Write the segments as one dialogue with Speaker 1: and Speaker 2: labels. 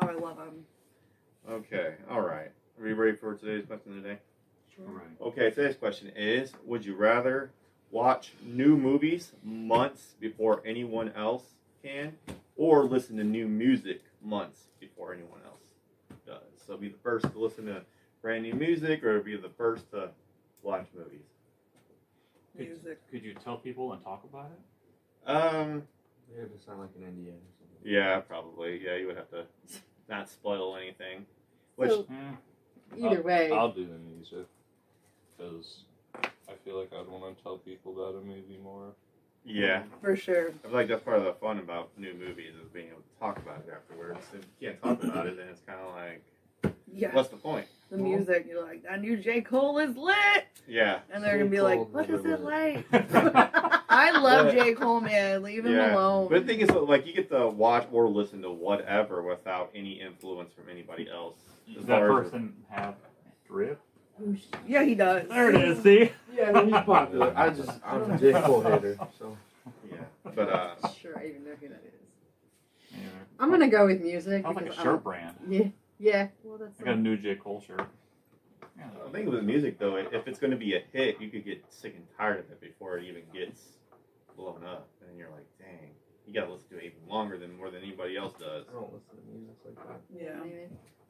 Speaker 1: Oh, love them.
Speaker 2: Okay, all right. Are you ready for today's question of the day?
Speaker 1: Sure.
Speaker 2: Okay, today's question is Would you rather watch new movies months before anyone else can, or listen to new music months before anyone else does? So be the first to listen to brand new music, or be the first to watch movies.
Speaker 1: Music.
Speaker 3: Could you tell people and talk about it?
Speaker 2: Um,
Speaker 4: Yeah, if it's not like an NDA or something.
Speaker 2: yeah, probably. Yeah, you would have to not spoil anything. Which,
Speaker 5: So- Either way,
Speaker 6: I'll do the music because I feel like I'd want to tell people about a movie more.
Speaker 2: yeah,
Speaker 1: For sure.
Speaker 2: I feel like that's part of the fun about new movies is being able to talk about it afterwards. If you can't talk about it, then it's kind of like,
Speaker 1: Yeah.
Speaker 2: what's the point?
Speaker 1: the music, you're like, that new J. Cole is lit!
Speaker 2: Yeah.
Speaker 1: And they're gonna be
Speaker 4: J.
Speaker 1: like,
Speaker 4: Cole
Speaker 1: what is
Speaker 4: never
Speaker 1: it like?
Speaker 3: I'll
Speaker 1: I love
Speaker 2: But-
Speaker 1: J. Cole, man. Leave him
Speaker 2: Yeah.
Speaker 1: alone.
Speaker 2: But the thing is, though, like, you get to watch or listen to whatever without any influence from anybody else.
Speaker 3: Does
Speaker 2: As
Speaker 3: that
Speaker 2: far as-
Speaker 3: person have drip?
Speaker 1: yeah, he does.
Speaker 3: There it is. See,
Speaker 4: Yeah, I mean, he's popular. I just, I'm a J. Cole hater, so.
Speaker 2: Yeah. But, uh,
Speaker 5: sure, I even know who that is.
Speaker 3: anyway,
Speaker 5: I'm gonna go with music.
Speaker 3: sounds like a
Speaker 5: because
Speaker 3: shirt
Speaker 5: I-
Speaker 3: brand.
Speaker 5: Yeah, yeah. Well, that's.
Speaker 3: I got a new J Cole shirt. Yeah.
Speaker 2: I think with music, though, if it's going to be a hit, you could get sick and tired of it before it even gets blown up. And you're like, dang, you got to listen to it even longer than more than anybody else does.
Speaker 4: I don't listen to music like that.
Speaker 1: Yeah.
Speaker 5: Maybe.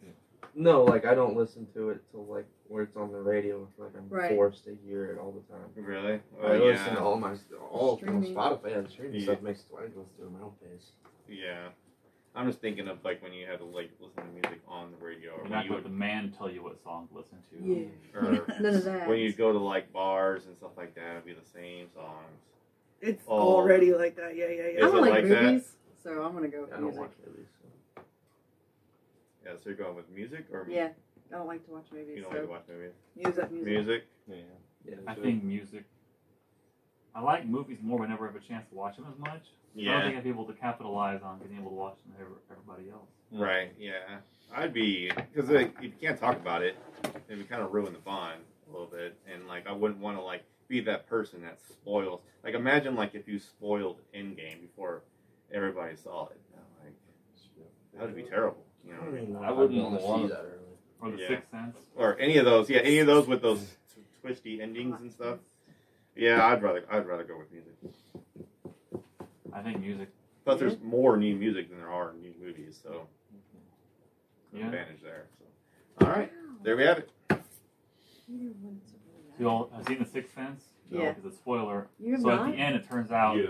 Speaker 4: No, like, I don't listen to it till, like, where it's on the radio. It's like I'm
Speaker 5: Right.
Speaker 4: forced to hear it all the time.
Speaker 2: Really?
Speaker 4: I
Speaker 2: Oh,
Speaker 4: listen to
Speaker 2: yeah.
Speaker 4: all my, all from
Speaker 5: Streaming.
Speaker 4: Spotify and streaming
Speaker 2: Yeah.
Speaker 4: stuff makes I listen to my own pace.
Speaker 2: Yeah. I'm just thinking of, like, when you had to, like, listen to music on the radio or
Speaker 3: You're
Speaker 2: when
Speaker 3: not
Speaker 2: you
Speaker 3: going to
Speaker 2: would.
Speaker 3: the man tell you what song to listen to.
Speaker 5: Yeah.
Speaker 2: Or,
Speaker 5: None of that.
Speaker 2: when you go to like bars and stuff like that, it'd be the same songs.
Speaker 1: It's
Speaker 2: Oh.
Speaker 1: already like that. Yeah, yeah,
Speaker 5: I
Speaker 1: yeah.
Speaker 2: Is it
Speaker 5: don't like,
Speaker 2: like that?
Speaker 5: movies, so I'm gonna go with
Speaker 4: I don't
Speaker 5: music.
Speaker 4: watch movies. So.
Speaker 2: Yeah, so you're going with music or
Speaker 5: Yeah, I don't like to watch movies.
Speaker 2: you don't
Speaker 5: so
Speaker 2: like to watch movies?
Speaker 1: Music.
Speaker 2: Music.
Speaker 6: Yeah.
Speaker 4: Yeah.
Speaker 3: I think music. I like movies more when I never have a chance to watch them as much. I don't
Speaker 2: Yeah.
Speaker 3: think I'd be able to capitalize on being able to watch them over everybody else.
Speaker 2: Right. Yeah. I'd be because like, if you can't talk about it, it would kind of ruin the bond a little bit, and like I wouldn't want to like be that person that spoils. Like imagine like if you spoiled Endgame before everybody saw it. You know, Like that would be terrible. You
Speaker 4: I,
Speaker 2: know.
Speaker 4: don't even know
Speaker 6: I
Speaker 4: if I'd
Speaker 6: wouldn't
Speaker 4: wanna
Speaker 6: want-
Speaker 4: see that early.
Speaker 3: Or The
Speaker 2: Yeah.
Speaker 3: Sixth Sense.
Speaker 2: Or any of those. Yeah, any of those with those t- twisty endings and stuff. Yeah, I'd rather I'd rather go with music.
Speaker 3: I think music.
Speaker 2: But there's more new music than there are new movies, so
Speaker 3: Yeah.
Speaker 2: advantage there. So. All right, there we have it.
Speaker 5: Neither one's really
Speaker 3: You all have seen The Sixth Sense?
Speaker 5: Yeah.
Speaker 3: Because it's a spoiler.
Speaker 5: You have
Speaker 3: so
Speaker 5: not.
Speaker 3: at the end, it turns out
Speaker 6: Yes.